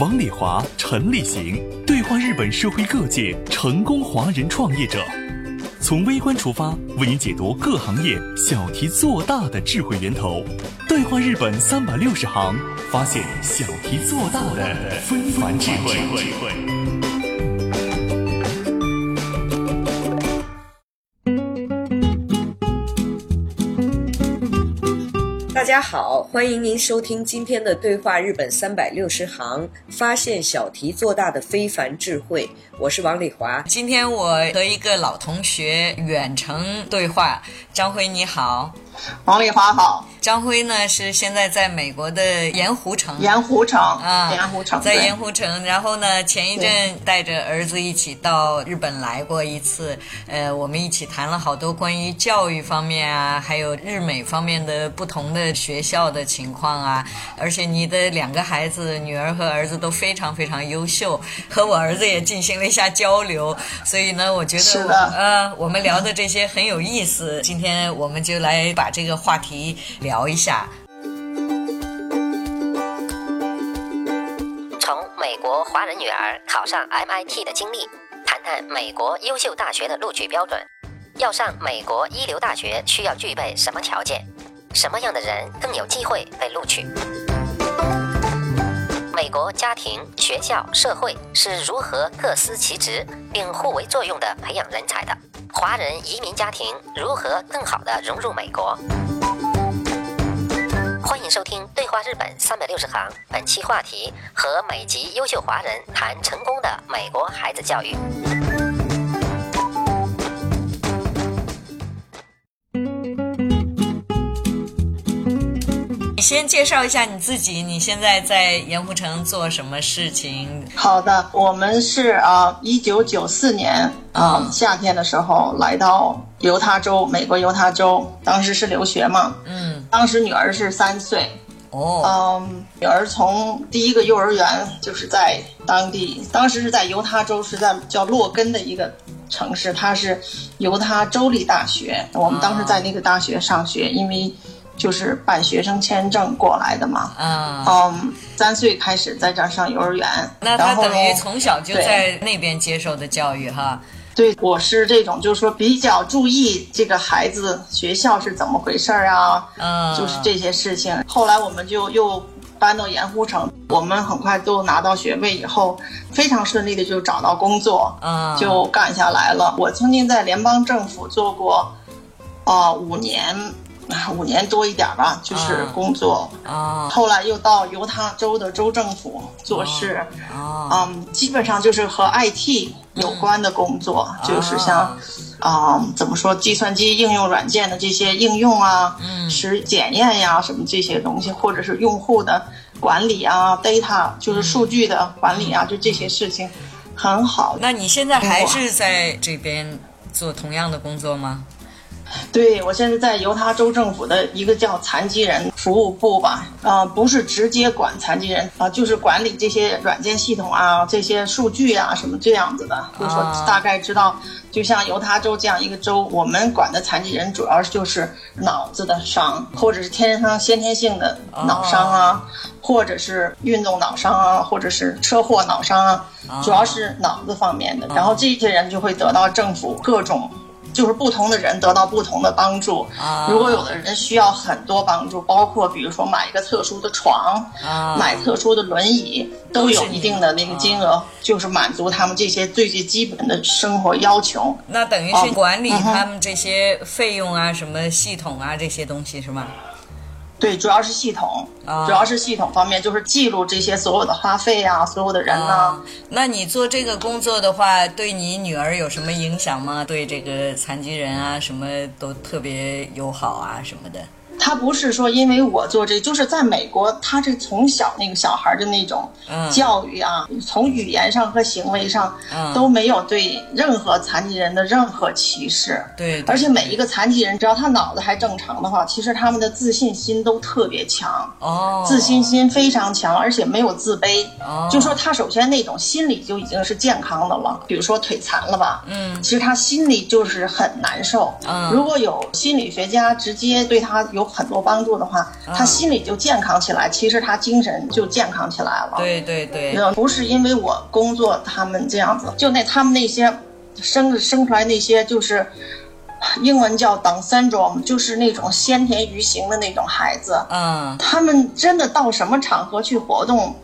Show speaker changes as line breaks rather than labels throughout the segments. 王礼华、陈立行对话日本社会各界成功华人创业者，从微观出发，为您解读各行业小题做大的智慧源头。对话日本三百六十行，发现小题做大的纷繁智慧。
大家好，欢迎您收听今天的《对话日本三百六十行》，发现小题做大的非凡智慧。我是王丽华。
今天我和一个老同学远程对话，张辉你好，
王丽华好，
张辉呢是现在在美国的盐湖城，
盐湖城
嗯啊
盐湖城
在
对
盐湖城，然后呢前一阵
对
带着儿子一起到日本来过一次，呃，我们一起谈了好多关于教育方面啊，还有日美方面的不同的学校的情况啊，而且你的两个孩子，女儿和儿子都非常非常优秀，和我儿子也进行了一下交流，所以呢，我觉得
是的
我呃，我们聊的这些很有意思，今天我们就来把这个话题聊一下。
从美国华人女儿考上 MIT 的经历，谈谈美国优秀大学的录取标准。要上美国一流大学需要具备什么条件？什么样的人更有机会被录取？美国家庭、学校、社会是如何各司其职并互为作用的培养人才的？华人移民家庭如何更好的融入美国？欢迎收听《对话日本三百六十行》，本期话题和美籍优秀华人谈成功的美国孩子教育。
你先介绍一下你自己，你现在在盐湖城做什么事情？
好的，我们是啊，一九九四年啊、
嗯
夏天的时候来到犹他州，美国犹他州，当时是留学嘛，
嗯，
当时女儿是三岁，
哦，
嗯，女儿从第一个幼儿园就是在当地，当时是在犹他州，是在叫洛根的一个城市，它是犹他州立大学。我们
啊
当时在那个大学上学，因为就是办学生签证过来的嘛。
啊、
嗯，三岁开始在这儿上幼儿园，
那
然
他
后
等于
呢
从小就
对
在那边接受的教育哈。
对，我是这种，就是说比较注意这个孩子学校是怎么回事儿啊，
嗯，
就是这些事情。后来我们就又搬到盐湖城，我们很快都拿到学位以后，非常顺利的就找到工作，
嗯
就干下来了。我曾经在联邦政府做过，啊、五年，啊五年多一点儿吧，就是
嗯
工作。
哦
后来又到犹他州的州政府做事。
哦
嗯，基本上就是和 IT 有关的工作，就是像
嗯啊，
嗯，怎么说，计算机应用软件的这些应用啊，
嗯
是检验呀、什么这些东西，或者是用户的管理啊，data 就是
嗯
数据的管理啊，就这些事情很好。
那你现在还是在这边做同样的工作吗？
对我现在在犹他州政府的一个叫残疾人服务部吧，呃，不是直接管残疾人啊、就是管理这些软件系统啊、这些数据啊什么这样子的，就是说
啊
大概知道，就像犹他州这样一个州，我们管的残疾人主要就是脑子的伤，或者是天生先天性的脑伤啊，或者是运动脑伤啊，或者是车祸脑伤啊，主要是脑子方面的。
啊
然后这些人就会得到政府各种。就是不同的人得到不同的帮助。
啊
如果有的人需要很多帮助，包括比如说买一个特殊的床，
啊，
买特殊的轮椅，都有一定的那个金
啊
额，就是满足他们这些最最基本的生活要求。
那等于是
哦
管理
嗯哼
他们这些费用啊、什么系统啊这些东西是吗？
对，主要是系统，
啊
主要是系统方面，就是记录这些所有的花费啊，所有的人呐、
啊，那你做这个工作的话，对你女儿有什么影响吗？对这个残疾人啊，什么都特别友好啊，什么的。
他不是说因为我做这，就是在美国，他这从小那个小孩的那种
嗯
教育啊，从语言上和行为上
嗯
都没有对任何残疾人的任何歧视。
对，
而且每一个残疾人，只要他脑子还正常的话，其实他们的自信心都特别强。
哦，
自信心非常强，而且没有自卑。
哦
就说他首先那种心理就已经是健康的了，比如说腿残了吧，
嗯
其实他心里就是很难受。
嗯
如果有心理学家直接对他有很多帮助的话，他
嗯
心理就健康起来，其实他精神就健康起来了。
对对对，
呃，不是因为我工作他们这样子，就那他们那些生生出来那些就是。英文叫 Down syndrome，就是那种先天愚行的那种孩子，
嗯，
他们真的到什么场合去活动，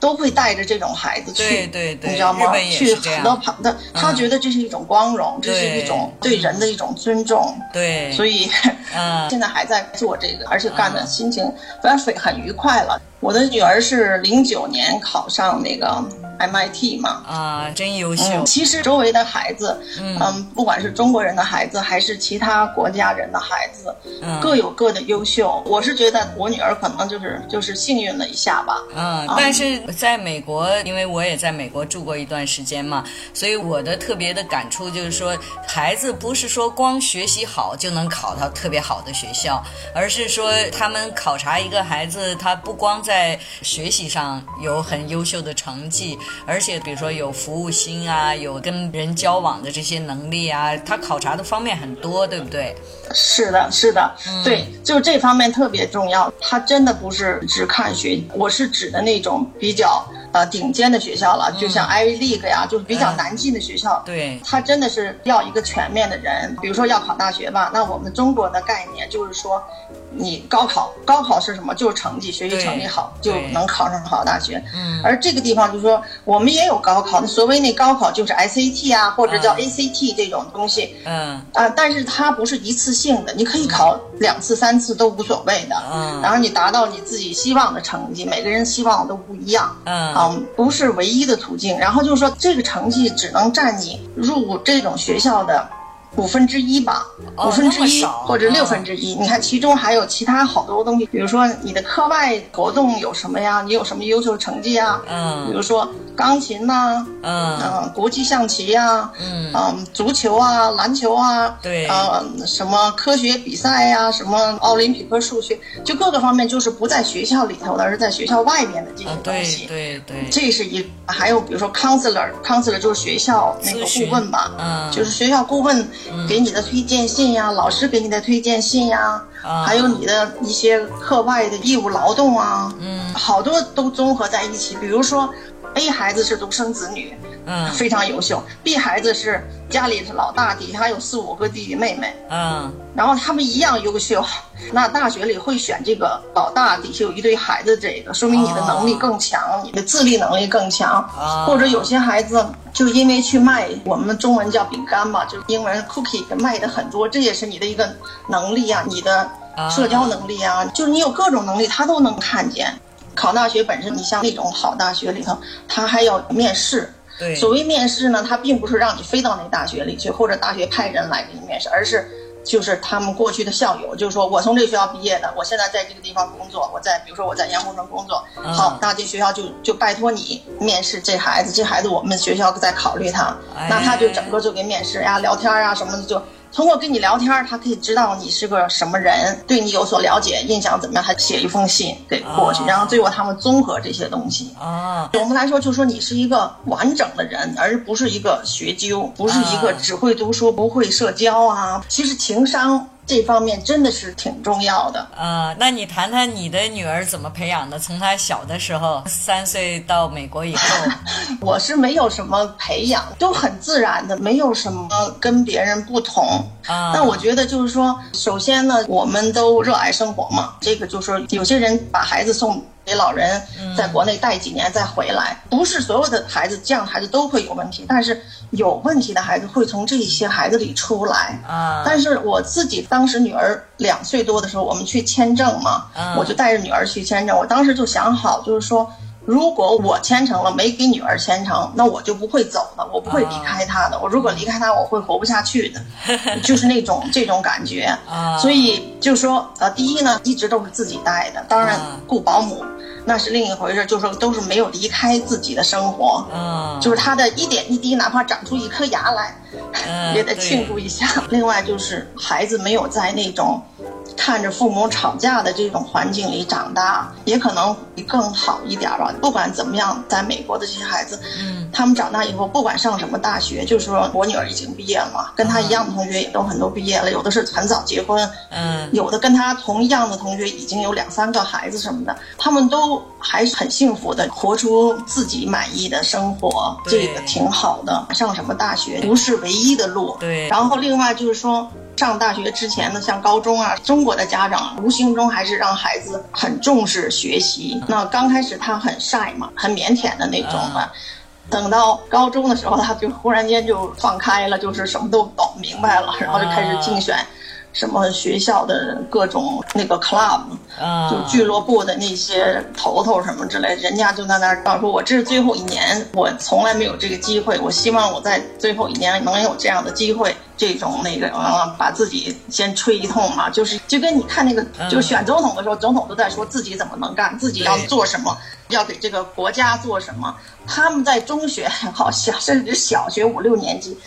都会带着这种孩子
对
去，
对对，
你知道
日
吗？
本也
去
是这
很多
样，嗯
跑的，他觉得这是一种光荣，这是
对
一种对人的一种尊重，
对，
所
以
以
嗯
现在还在做这个，而且干的心情反正很愉快了。我的女儿是零九年考上那个 MIT 嘛。
啊，真优秀
嗯，，其实周围的孩子，
嗯
嗯，不管是中国人的孩子，还是其他国家人的孩子，
嗯
各有各的优秀。我是觉得我女儿可能就是就是幸运了一下吧。
嗯，但是在美国，因为我也在美国住过一段时间嘛，所以我的特别的感触就是说，孩子不是说光学习好就能考到特别好的学校，而是说他们考察一个孩子，他不光在学习上有很优秀的成绩，而且比如说有服务心啊，有跟人交往的这些能力啊，他考察的方面很多，对不对？
是的，是的，
嗯
对，就这方面特别重要。他真的不是只看学，我是指的那种比较呃顶尖的学校了，就像 Ivy League 呀，就是比较
嗯
难进的学校。
对，
他真的是要一个全面的人，比如说要考大学吧，那我们中国的概念就是说，你高考，高考是什么？就是成绩，学习
对
成绩好就
对
能考上好大学。
嗯
而这个地方就是说，我们也有高考，所谓那高考就是 SAT 啊，或者叫
嗯
ACT 这种东西
嗯
啊、但是它不是一次性的，你可以考两次、三次都无所谓的。
嗯
然后你达到你自己希望的成绩，每个人希望都不一样。
嗯，
啊，不是唯一的途径。然后就是说，这个成绩只能占你入这种学校的五分之一吧，
哦
五分之一
那么少嗯
或者六分之一。你看，其中还有其他好多东西，比如说你的课外活动有什么呀？你有什么优秀成绩啊？
嗯
比如说钢琴呐、嗯、
嗯
国际象棋呀、
嗯，
嗯，足球啊，篮球啊，
对
呃，什么科学比赛呀、什么奥林匹克数学，就各个方面，就是不在学校里头的，而是在学校外面的这些
啊，
东
对
西。
对对，
这是一，还有比如说 counselor，counselor 就是学校那个
咨询
顾问吧，
嗯
就是学校顾问给你的推荐信呀，老师给你的推荐信呀，
啊
还有你的一些课外的义务劳动啊，
嗯
好多都综合在一起。比如说 A 孩子是独生子女，
嗯
非常优秀；B 孩子是家里是老大底下有四五个弟弟妹妹，
嗯
然后他们一样优秀。那大学里会选这个老大底下有一堆孩子，这个说明你的能力更强，你的自立能力更强。
啊
或者有些孩子就因为去卖我们中文叫饼干嘛，就是英文 cookie 卖的很多，这也是你的一个能力啊，你的社交能力啊，就是你有各种能力，他都能看见。考大学本身，你像那种好大学里头，他还要面试。
对，
所谓面试呢，它并不是让你飞到那大学里去，或者大学派人来给你面试，而是就是他们过去的校友，就是说我从这学校毕业的，我现在在这个地方工作，我在比如说我在杨公城工作，
嗯
好，那这学校就就拜托你面试这孩子，这孩子我们学校在考虑他，
哎
那他就整个就给面试呀、聊天啊什么的就。通过跟你聊天，他可以知道你是个什么人，对你有所了解，印象怎么样，还写一封信给过去，
哦
然后最后他们综合这些东西。
啊
我们来说，就说你是一个完整的人，而不是一个学究，不是一个
啊
只会读书不会社交啊。其实情商这方面真的是挺重要的。
啊，那你谈谈你的女儿怎么培养的？从她小的时候，三岁到美国 以后，
我是没有什么培养，都很自然的，没有什么跟别人不同。
啊，
但我觉得就是说，首先呢，我们都热爱生活嘛。这个就是说有些人把孩子送给老人，在国内待几年再回来，不是所有的孩子这样的孩子都会有问题，但是有问题的孩子会从这些孩子里出来。
啊，
但是我自己当时女儿两岁多的时候，我们去签证嘛，
嗯
我就带着女儿去签证。我当时就想好，就是说如果我虔诚了，没给女儿虔诚，那我就不会走的，我不会离开她的。我如果离开她，我会活不下去的，就是那种这种感觉。所以就说，呃，第一呢，一直都是自己带的，当然雇保姆。那是另一回事，就是都是没有离开自己的生活，
嗯，
就是他的一点一滴，哪怕长出一颗牙来，
嗯
也得庆祝一下。 另外就是孩子没有在那种看着父母吵架的这种环境里长大，也可能更好一点吧。不管怎么样，在美国的这些孩子，
嗯，
他们长大以后，不管上什么大学，就是说我女儿已经毕业了嘛，跟她一样的同学也都很多毕业了，有的是很早结婚，
嗯
有的跟他同样的同学已经有两三个孩子什么的，他们都还是很幸福的，活出自己满意的生活，
对
这个挺好的。上什么大学不是唯一的路，
对
然后另外就是说。上大学之前呢，像高中啊，中国的家长无形中还是让孩子很重视学习。那刚开始他很晒嘛，很腼腆的那种嘛。等到高中的时候，他就忽然间就放开了，就是什么都懂明白了，然后就开始竞选什么学校的各种那个 club，
啊，
就俱乐部的那些头头什么之类，人家就在那儿告诉我这是最后一年，我从来没有这个机会，我希望我在最后一年能有这样的机会，这种那个啊，把自己先吹一通嘛，就是就跟你看那个
嗯
就是选总统的时候，总统都在说自己怎么能干，自己要
对
做什么，要给这个国家做什么。他们在中学也好，小甚至小学五六年级，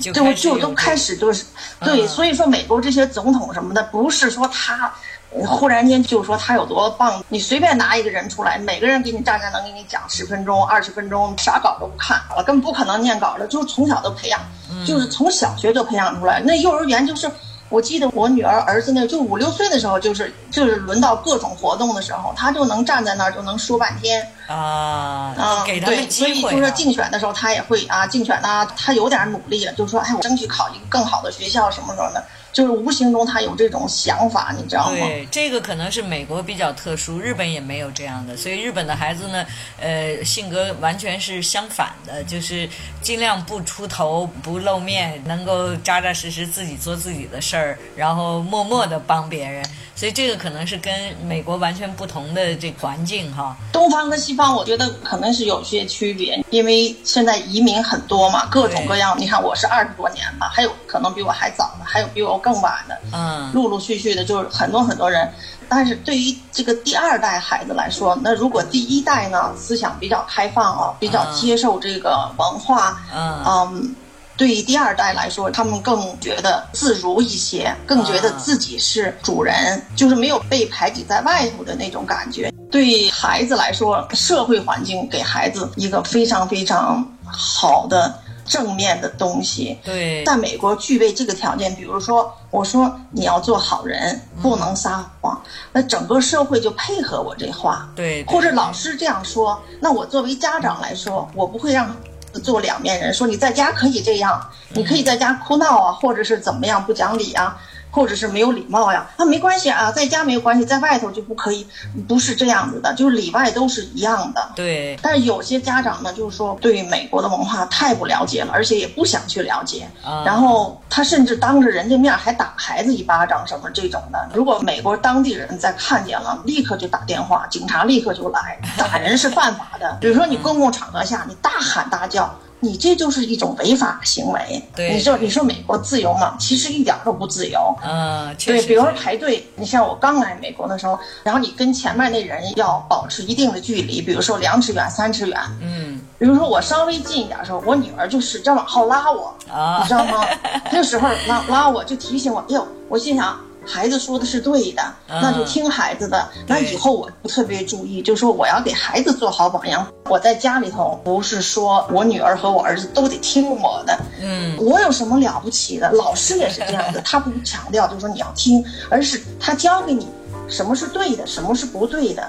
就
就
开始
就都
有
开始就是对，
嗯
所以说美国这些总统什么的，不是说他呃忽然间就说他有多棒，你随便拿一个人出来，每个人给你站在能给你讲十分钟、二十分钟，啥稿都不看了，根本不可能念稿的，就是从小都培养，
嗯
就是从小学就培养出来，那幼儿园就是。我记得我女儿儿子那就五六岁的时候，就是就是轮到各种活动的时候，他就能站在那儿就能说半天，
啊
啊，，
给他
对，
们
所以
机
就
会
是
啊，
竞选的时候，他也会啊，竞选呐、他有点努力了，就说哎，我争取考一个更好的学校什么什么的，就是无形中他有这种想法，你知道吗？
对，这个可能是美国比较特殊，日本也没有这样的，所以日本的孩子呢，呃，性格完全是相反的，就是尽量不出头、不露面，能够扎扎实实自己做自己的事儿，然后默默的帮别人，所以这个可能是跟美国完全不同的这环境哈。
东方和西方，我觉得可能是有些区别，因为现在移民很多嘛，各种各样。你看，我是二十多年吧，还有可能比我还早的，还有比我更晚的，
嗯
陆陆续续的，就是很多很多人。但是对于这个第二代孩子来说，那如果第一代呢，思想比较开放啊，比较
嗯
接受这个文化，
嗯
嗯，对于第二代来说，他们更觉得自如一些，更觉得自己是主人，就是没有被排挤在外头的那种感觉。对于孩子来说，社会环境给孩子一个非常非常好的正面的东西。
对，
在美国具备这个条件，比如说，我说你要做好人，不能撒谎，那整个社会就配合我这话。
对，
或者
对
老师这样说，那我作为家长来说，我不会让做两面人，说你在家可以这样，你可以在家哭闹啊，或者是怎么样不讲理啊，或者是没有礼貌呀、啊，没关系啊，在家没有关系，在外头就不可以，不是这样子的，就是里外都是一样的。
对，
但是有些家长呢，就是说对美国的文化太不了解了，而且也不想去了解，
啊
然后他甚至当着人家面还打孩子一巴掌什么这种的。如果美国当地人再看见了，立刻就打电话，警察立刻就来。打人是犯法的，比如说你公共场合下你大喊大叫。你这就是一种违法行为。
对
你说你说美国自由吗？其实一点儿都不自由。
嗯，确
对，
实
比如说
是
排队，你像我刚来美国的时候，然后你跟前面那人要保持一定的距离，比如说两尺远、三尺远。
嗯
比如说我稍微近一点的时候，我女儿就使劲往后拉我，
啊
你知道吗？那时候拉拉我就提醒我，哎呦，我心想孩子说的是对的，
嗯
那就听孩子的。那
对
以后我特别注意，就说我要给孩子做好榜样。我在家里头不是说我女儿和我儿子都得听我的，
嗯
我有什么了不起的？老师也是这样的，他不强调就说你要听，而是他教给你什么是对的，什么是不对的，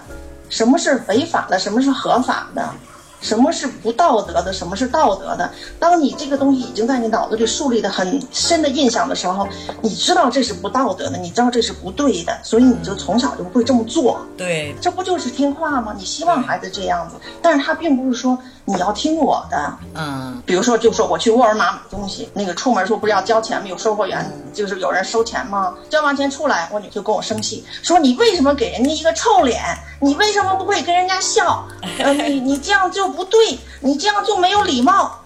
什么是违法的，什么是合法的。什么是不道德的，什么是道德的？当你这个东西已经在你脑子里树立的很深的印象的时候，你知道这是不道德的，你知道这是不对的，所以你就从小就会这么做。
对
这不就是听话吗？你希望孩子这样子，但是他并不是说你要听我的。
嗯
比如说，就说我去沃尔玛买东西，那个出门时候不是要交钱吗？有售货员，就是有人收钱吗？交完钱出来，我女就跟我生气，说你为什么给人家一个臭脸？你为什么不会跟人家笑？呃，你你这样就不对，你这样就没有礼貌。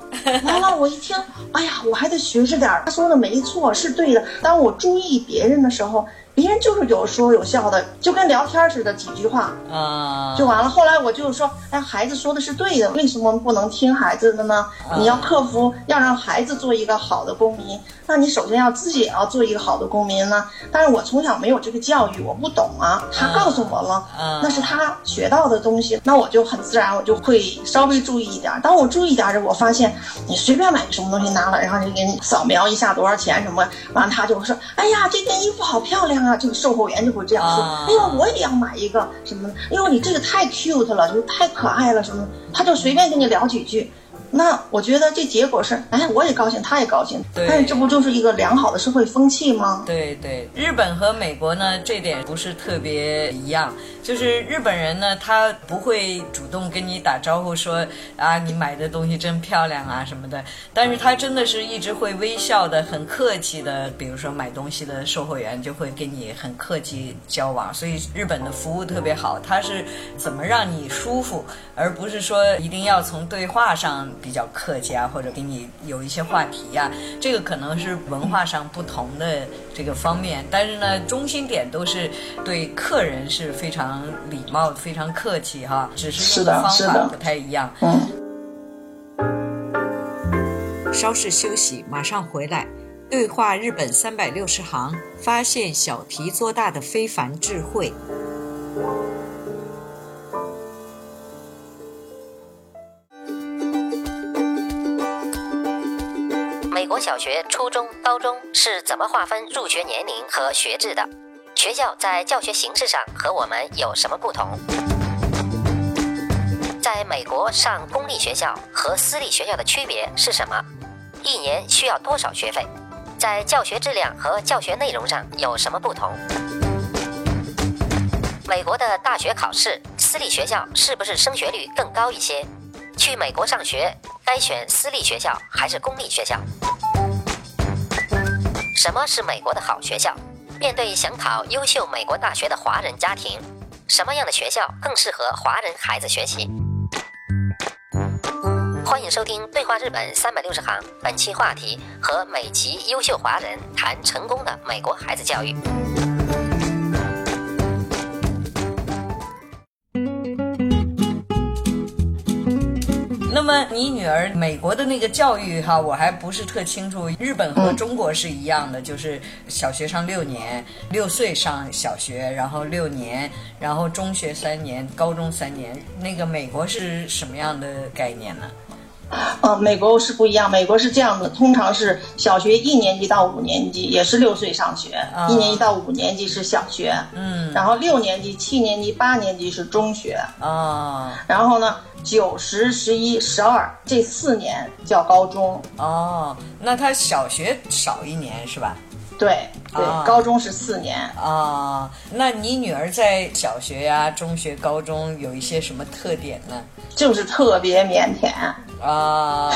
完了，我一听，哎呀，我还得学着点儿。他说的没错，是对的。当我注意别人的时候，别人就是有说有笑的，就跟聊天似的，几句话。
啊，
就完了。后来我就说，哎，孩子说的是对的，为什么不能听孩子的呢？你要克服，要让孩子做一个好的公民，那你首先要自己也要做一个好的公民呢。但是我从小没有这个教育，我不懂啊。他告诉我了，
嗯
那是他学到的东西，那我就很自然，我就会稍微注意一点儿。当我注意一点儿的时候，我发现你随便买个什么东西拿来，然后就给你扫描一下多少钱什么，完了他就会说，哎呀，这件衣服好漂亮啊！这个售货员就会这样说，
啊
哎呦，我也要买一个什么的，哎呦，你这个太 cute 了，就是太可爱了什么的，他就随便跟你聊几句。那我觉得这结果是，哎，我也高兴，他也高兴，
对
但是这不就是一个良好的社会风气吗？
对对，日本和美国呢，这点不是特别一样。就是日本人呢，他不会主动跟你打招呼说啊，你买的东西真漂亮啊什么的，但是他真的是一直会微笑的，很客气的。比如说买东西的售货员就会跟你很客气交往，所以日本的服务特别好，他是怎么让你舒服，而不是说一定要从对话上比较客气啊，或者给你有一些话题啊，这个可能是文化上不同的这个方面，但是呢，中心点都是对客人是非常礼貌、非常客气哈，只是用
是的
方
是
法
的
不太一样。
嗯。
稍事休息，马上回来。对话日本三百六十行，发现小题做大的非凡智慧。
美国小学、初中、高中是怎么划分入学年龄和学制的？学校在教学形式上和我们有什么不同？在美国上公立学校和私立学校的区别是什么？一年需要多少学费？在教学质量和教学内容上有什么不同？美国的大学考试，私立学校是不是升学率更高一些？去美国上学，该选私立学校还是公立学校？什么是美国的好学校？面对想考优秀美国大学的华人家庭，什么样的学校更适合华人孩子学习？欢迎收听《对话日本三百六十行》，本期话题和美籍优秀华人谈成功的美国孩子教育。
那么你女儿美国的那个教育哈，我还不是特清楚。日本和中国是一样的，就是小学上六年，六岁上小学，然后六年，然后中学三年，高中三年。那个美国是什么样的概念呢？
呃，美国是不一样，美国是这样的，通常是小学一年级到五年级，也是六岁上学，一年级到五年级是小学，
啊嗯
然后六年级、七年级、八年级是中学，
哦
然后呢，九、十、十一、十二这四年叫高中，
哦，那他小学少一年是吧？
对对，
啊
高中是四年。
啊，那你女儿在小学呀、中学、高中有一些什么特点呢？
就是特别腼腆，
啊，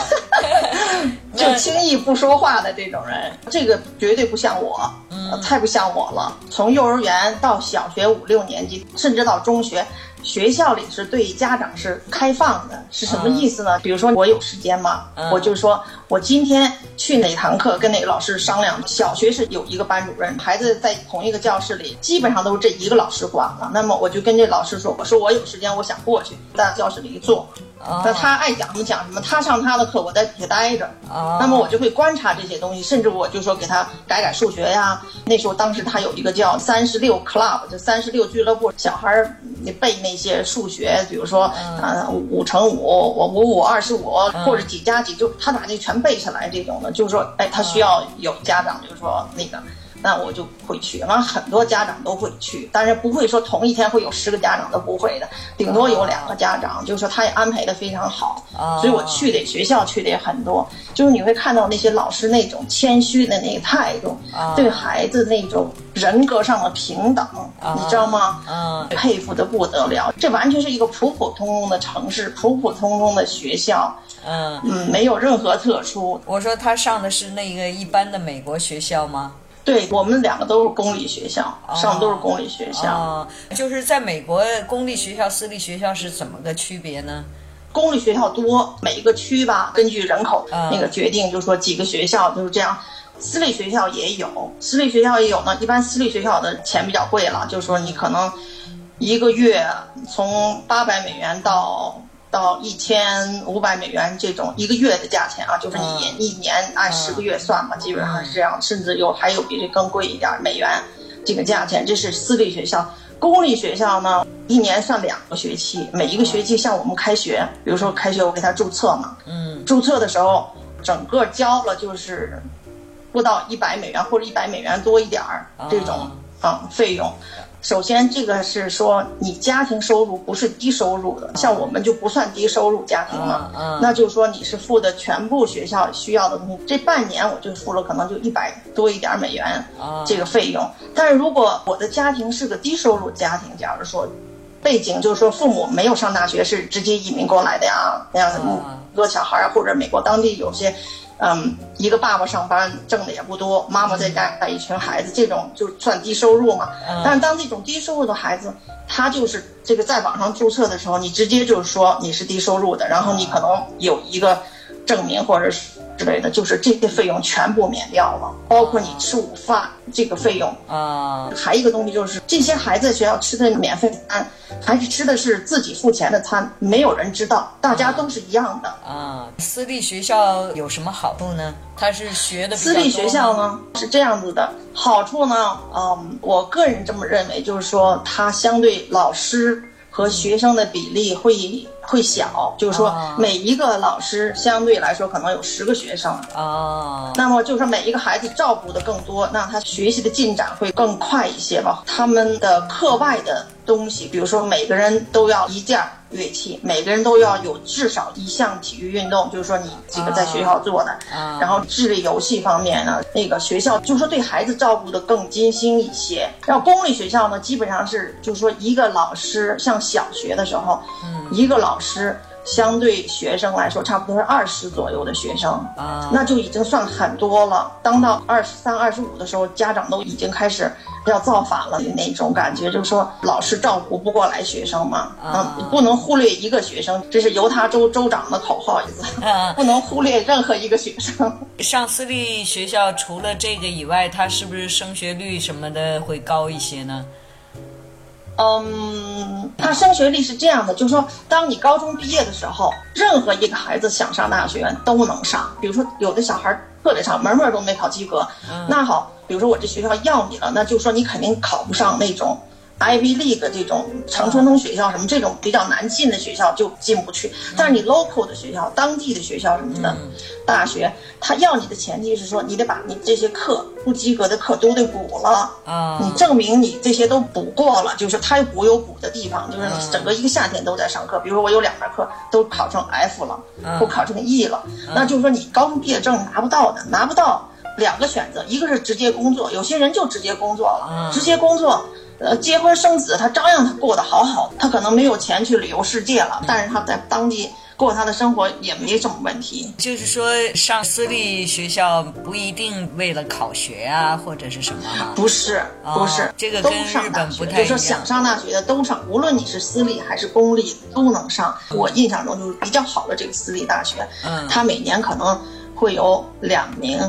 就轻易不说话的这种人，这个绝对不像我，呃太不像我了。从幼儿园到小学五六年级，甚至到中学，学校里是对家长是开放的，是什么意思呢？比如说我有时间嘛，
嗯
我就说我今天去哪堂课跟哪个老师商量。小学是有一个班主任，孩子在同一个教室里，基本上都是这一个老师管了。那么我就跟这老师说，我说我有时间，我想过去，在教室里一坐，
啊
那他爱讲什么讲什么，他上他的课，我在底下待着。
啊
那么我就会观察这些东西，甚至我就说给他改改数学呀。那时候当时他有一个叫三十六 club，就三十六俱乐部，小孩儿嗯背那些数学，比如说啊五乘五，我五五二十五，或者几加几，就他把那全背下来这种的。就是说，哎，他需要有家长就说那个。那我就会去。完了，很多家长都会去，但是不会说同一天会有十个家长都不会的，顶多有两个家长，就是说他也安排的非常好。
哦
所以我去的学校去的也很多，就是你会看到那些老师那种谦虚的那个态度，
哦
对孩子那种人格上的平等，你知道吗？
嗯，
佩服的不得了，这完全是一个普普通通的城市，普普通通的学校，
嗯，
嗯，没有任何特殊。
我说他上的是那个一般的美国学校吗？
对我们两个都是公立学校，
哦
上的都是啊公立学校。
哦，就是在美国公立学校、私立学校是怎么个区别呢？
公立学校多，每一个区吧，根据人口
嗯
那个决定，就说几个学校就是这样。私立学校也有，私立学校也有呢。一般私立学校的钱比较贵了，就是说你可能一个月从八百美元到到一千五百美元这种一个月的价钱啊，就是你
嗯
一年按十个月算嘛，基本上是这样，甚至有还有比这更贵一点儿美元这个价钱，这是私立学校。公立学校呢，一年上两个学期，每一个学期像我们开学，比如说开学我给他注册嘛，
嗯，
注册的时候整个交了就是不到一百美元或者一百美元多一点儿这种啊、费用。首先，这个是说你家庭收入不是低收入的，像我们就不算低收入家庭嘛。
嗯嗯
那就是说你是付的全部学校需要的东西，这半年我就付了可能就一百多一点儿美元
啊
这个费用。但是如果我的家庭是个低收入家庭，假如说背景就是说父母没有上大学，是直接移民过来的呀，那样子
啊
一个小孩儿或者美国当地有些，嗯，一个爸爸上班挣的也不多，妈妈在家带一群孩子，这种就算低收入嘛。
嗯
但是当这种低收入的孩子，他就是这个在网上注册的时候，你直接就是说你是低收入的，然后你可能有一个证明或者是之类的，就是这些费用全部免掉了，包括你吃午饭这个费用。
啊
还一个东西就是，这些孩子在学校吃的免费餐，还是吃的是自己付钱的餐，没有人知道，大家都是一样的。
啊！私立学校有什么好处呢？他是学的
私立学校呢是这样子的，好处呢，嗯，我个人这么认为，就是说它相对老师和学生的比例会会小，就是说
哦
每一个老师相对来说可能有十个学生，
啊
那么就是每一个孩子照顾的更多，那他学习的进展会更快一些吧。他们的课外的东西，比如说每个人都要一件乐器，每个人都要有至少一项体育运动，就是说你几个在学校做的。
啊
然后智力游戏方面呢，那个学校就是说对孩子照顾的更精心一些。然后公立学校呢，基本上是就是说一个老师，像小学的时候，
嗯
一个老师相对学生来说，差不多是二十左右的学生。
啊
那就已经算很多了。当到二十三、二十五的时候，家长都已经开始要造反了那种感觉，就是说老师照顾不过来学生嘛，
啊
嗯，不能忽略一个学生，这是犹他州州长的口号，意思
啊
不能忽略任何一个学生。
上私立学校除了这个以外，它是不是升学率什么的会高一些呢？
嗯，他升学率是这样的，就是说，当你高中毕业的时候，任何一个孩子想上大学都能上。比如说，有的小孩特别差，门门都没考及格，那好，比如说我这学校要你了，那就说你肯定考不上那种 Ivy League 这种常春藤学校什么这种比较难进的学校就进不去。但是你 local 的学校、当地的学校什么的，大学，他要你的前提是说，你得把你这些课不及格的课都得补了。
啊
你证明你这些都补过了，就是它有补有补的地方，就是
嗯
整个一个夏天都在上课。比如说我有两门课都考成 F 了，
嗯
或考成 E 了，那就是说你高中毕业证拿不到的，拿不到两个选择，一个是直接工作，有些人就直接工作了
嗯，
直接工作。呃，结婚生子，他照样他过得好好的，他可能没有钱去旅游世界
嗯
了，但是他在当地过他的生活也没什么问题。
就是说上私立学校不一定为了考学啊，或者是什么哈、
不是，
哦
不是，
这个
都
跟日
上
本
大
不
学，
太一
就说
样
想上大学的都上，无论你是私立还是公立都能上。我印象中就是比较好的这个私立大学，
嗯
它每年可能会有两名，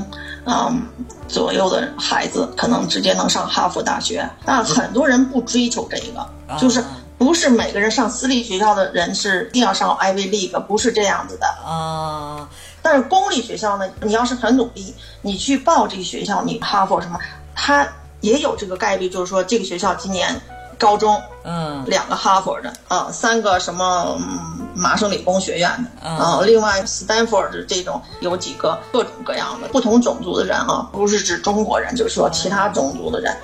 嗯左右的孩子可能直接能上哈佛大学，但很多人不追求这个，
哦
就是不是每个人上私立学校的人是一定要上 Ivy League，不是这样子的。
啊
但是公立学校呢，你要是很努力，你去报这个学校，你哈佛什么，它也有这个概率，就是说这个学校今年高中，
嗯
两个哈佛的啊，三个什么、嗯麻省理工学院的
嗯
啊，另外斯坦福的这种有几个各种各样的不同种族的人啊，不是指中国人，就是说其他种族的人，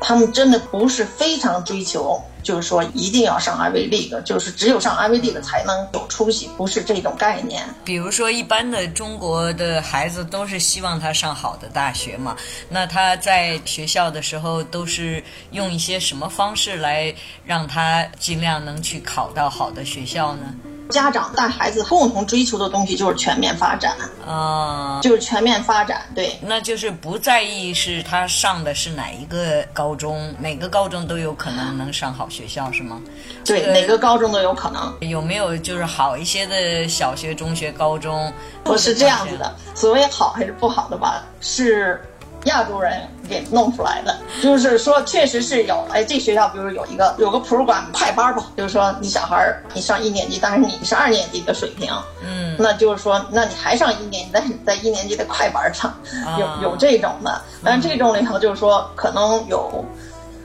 他们真的不是非常追求，就是说一定要上 Ivy League，就是只有上 Ivy League 才能有出息，不是这种概念。
比如说，一般的中国的孩子都是希望他上好的大学嘛。那他在学校的时候都是用一些什么方式来让他尽量能去考到好的学校呢？
家长带孩子共同追求的东西就是全面发展，
啊、
就是全面发展，对。
那就是不在意是他上的是哪一个高中，每个高中都有可能能上好学校，是吗？
对，
这个
哪个高中都有可能。
有没有就是好一些的小学、中学、高中？
我是这样子的，所谓好还是不好的吧，是亚洲人给弄出来的。就是说，确实是有，哎，这学校比如有一个有个 program 派班吧，就是说你小孩儿你上一年级，但是你是二年级的水平，
嗯，
那就是说，那你还上一年级，但是你在一年级的快班上，
啊嗯
有有这种的。但是这种里头就是说，可能有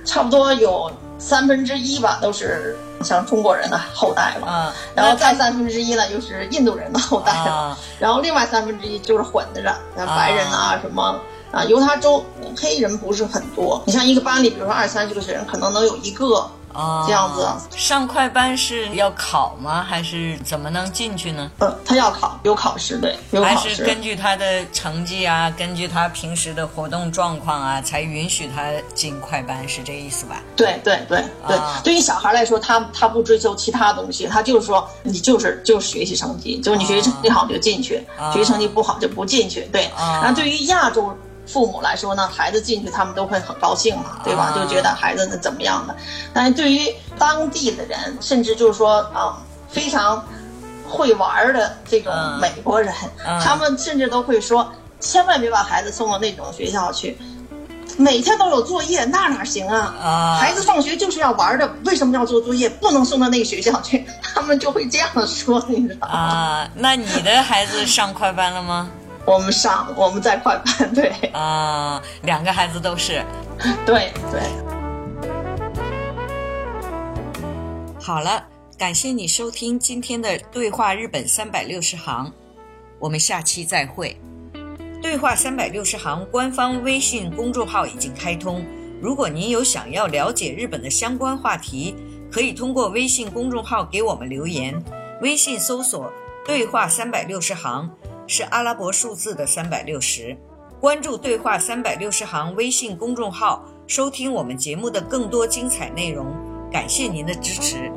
差不多有三分之一吧，都是像中国人的后代吧。
啊，
然后再三分之一呢，就是印度人的后代了，
啊
然后另外三分之一就是混的着，像白人啊什么啊，犹他州黑人不是很多，你像一个班里，比如说二三十个学生，可能能有一个
啊，
这样子
上快班是要考吗？还是怎么能进去呢？
呃，他要考有考试对，有
还
考
是
试。
根据他的成绩啊，根据他平时的活动状况啊，才允许他进快班，是这意思吧？
对对对对，
啊
对于小孩来说，他他不追求其他东西，他就是说你就是就是学习成绩，就是你学习成绩好你就进去，
啊
学习成绩不好就不进去。对，
啊
然后对于亚洲父母来说呢，孩子进去他们都会很高兴嘛，对
啊？
吧就觉得孩子呢怎么样的，但是对于当地的人，甚至就是说啊、非常会玩儿的这种
嗯
美国人，
嗯
他们甚至都会说，千万别把孩子送到那种学校去。每天都有作业，那哪行啊？
啊
孩子放学就是要玩的，为什么要做作业？不能送到那个学校去， 他们就会这样说，你知道吗？
啊，那你的孩子上快班了吗？
我们上，我们在快班，对
啊，两个孩子都是。
对对。
好了，感谢你收听今天的《对话日本三百六十行》，我们下期再会。《对话三百六十行》官方微信公众号已经开通，如果您有想要了解日本的相关话题，可以通过微信公众号给我们留言。微信搜索“对话三百六十行”是阿拉伯数字的三百六十。关注“对话三百六十行”微信公众号，收听我们节目的更多精彩内容。感谢您的支持。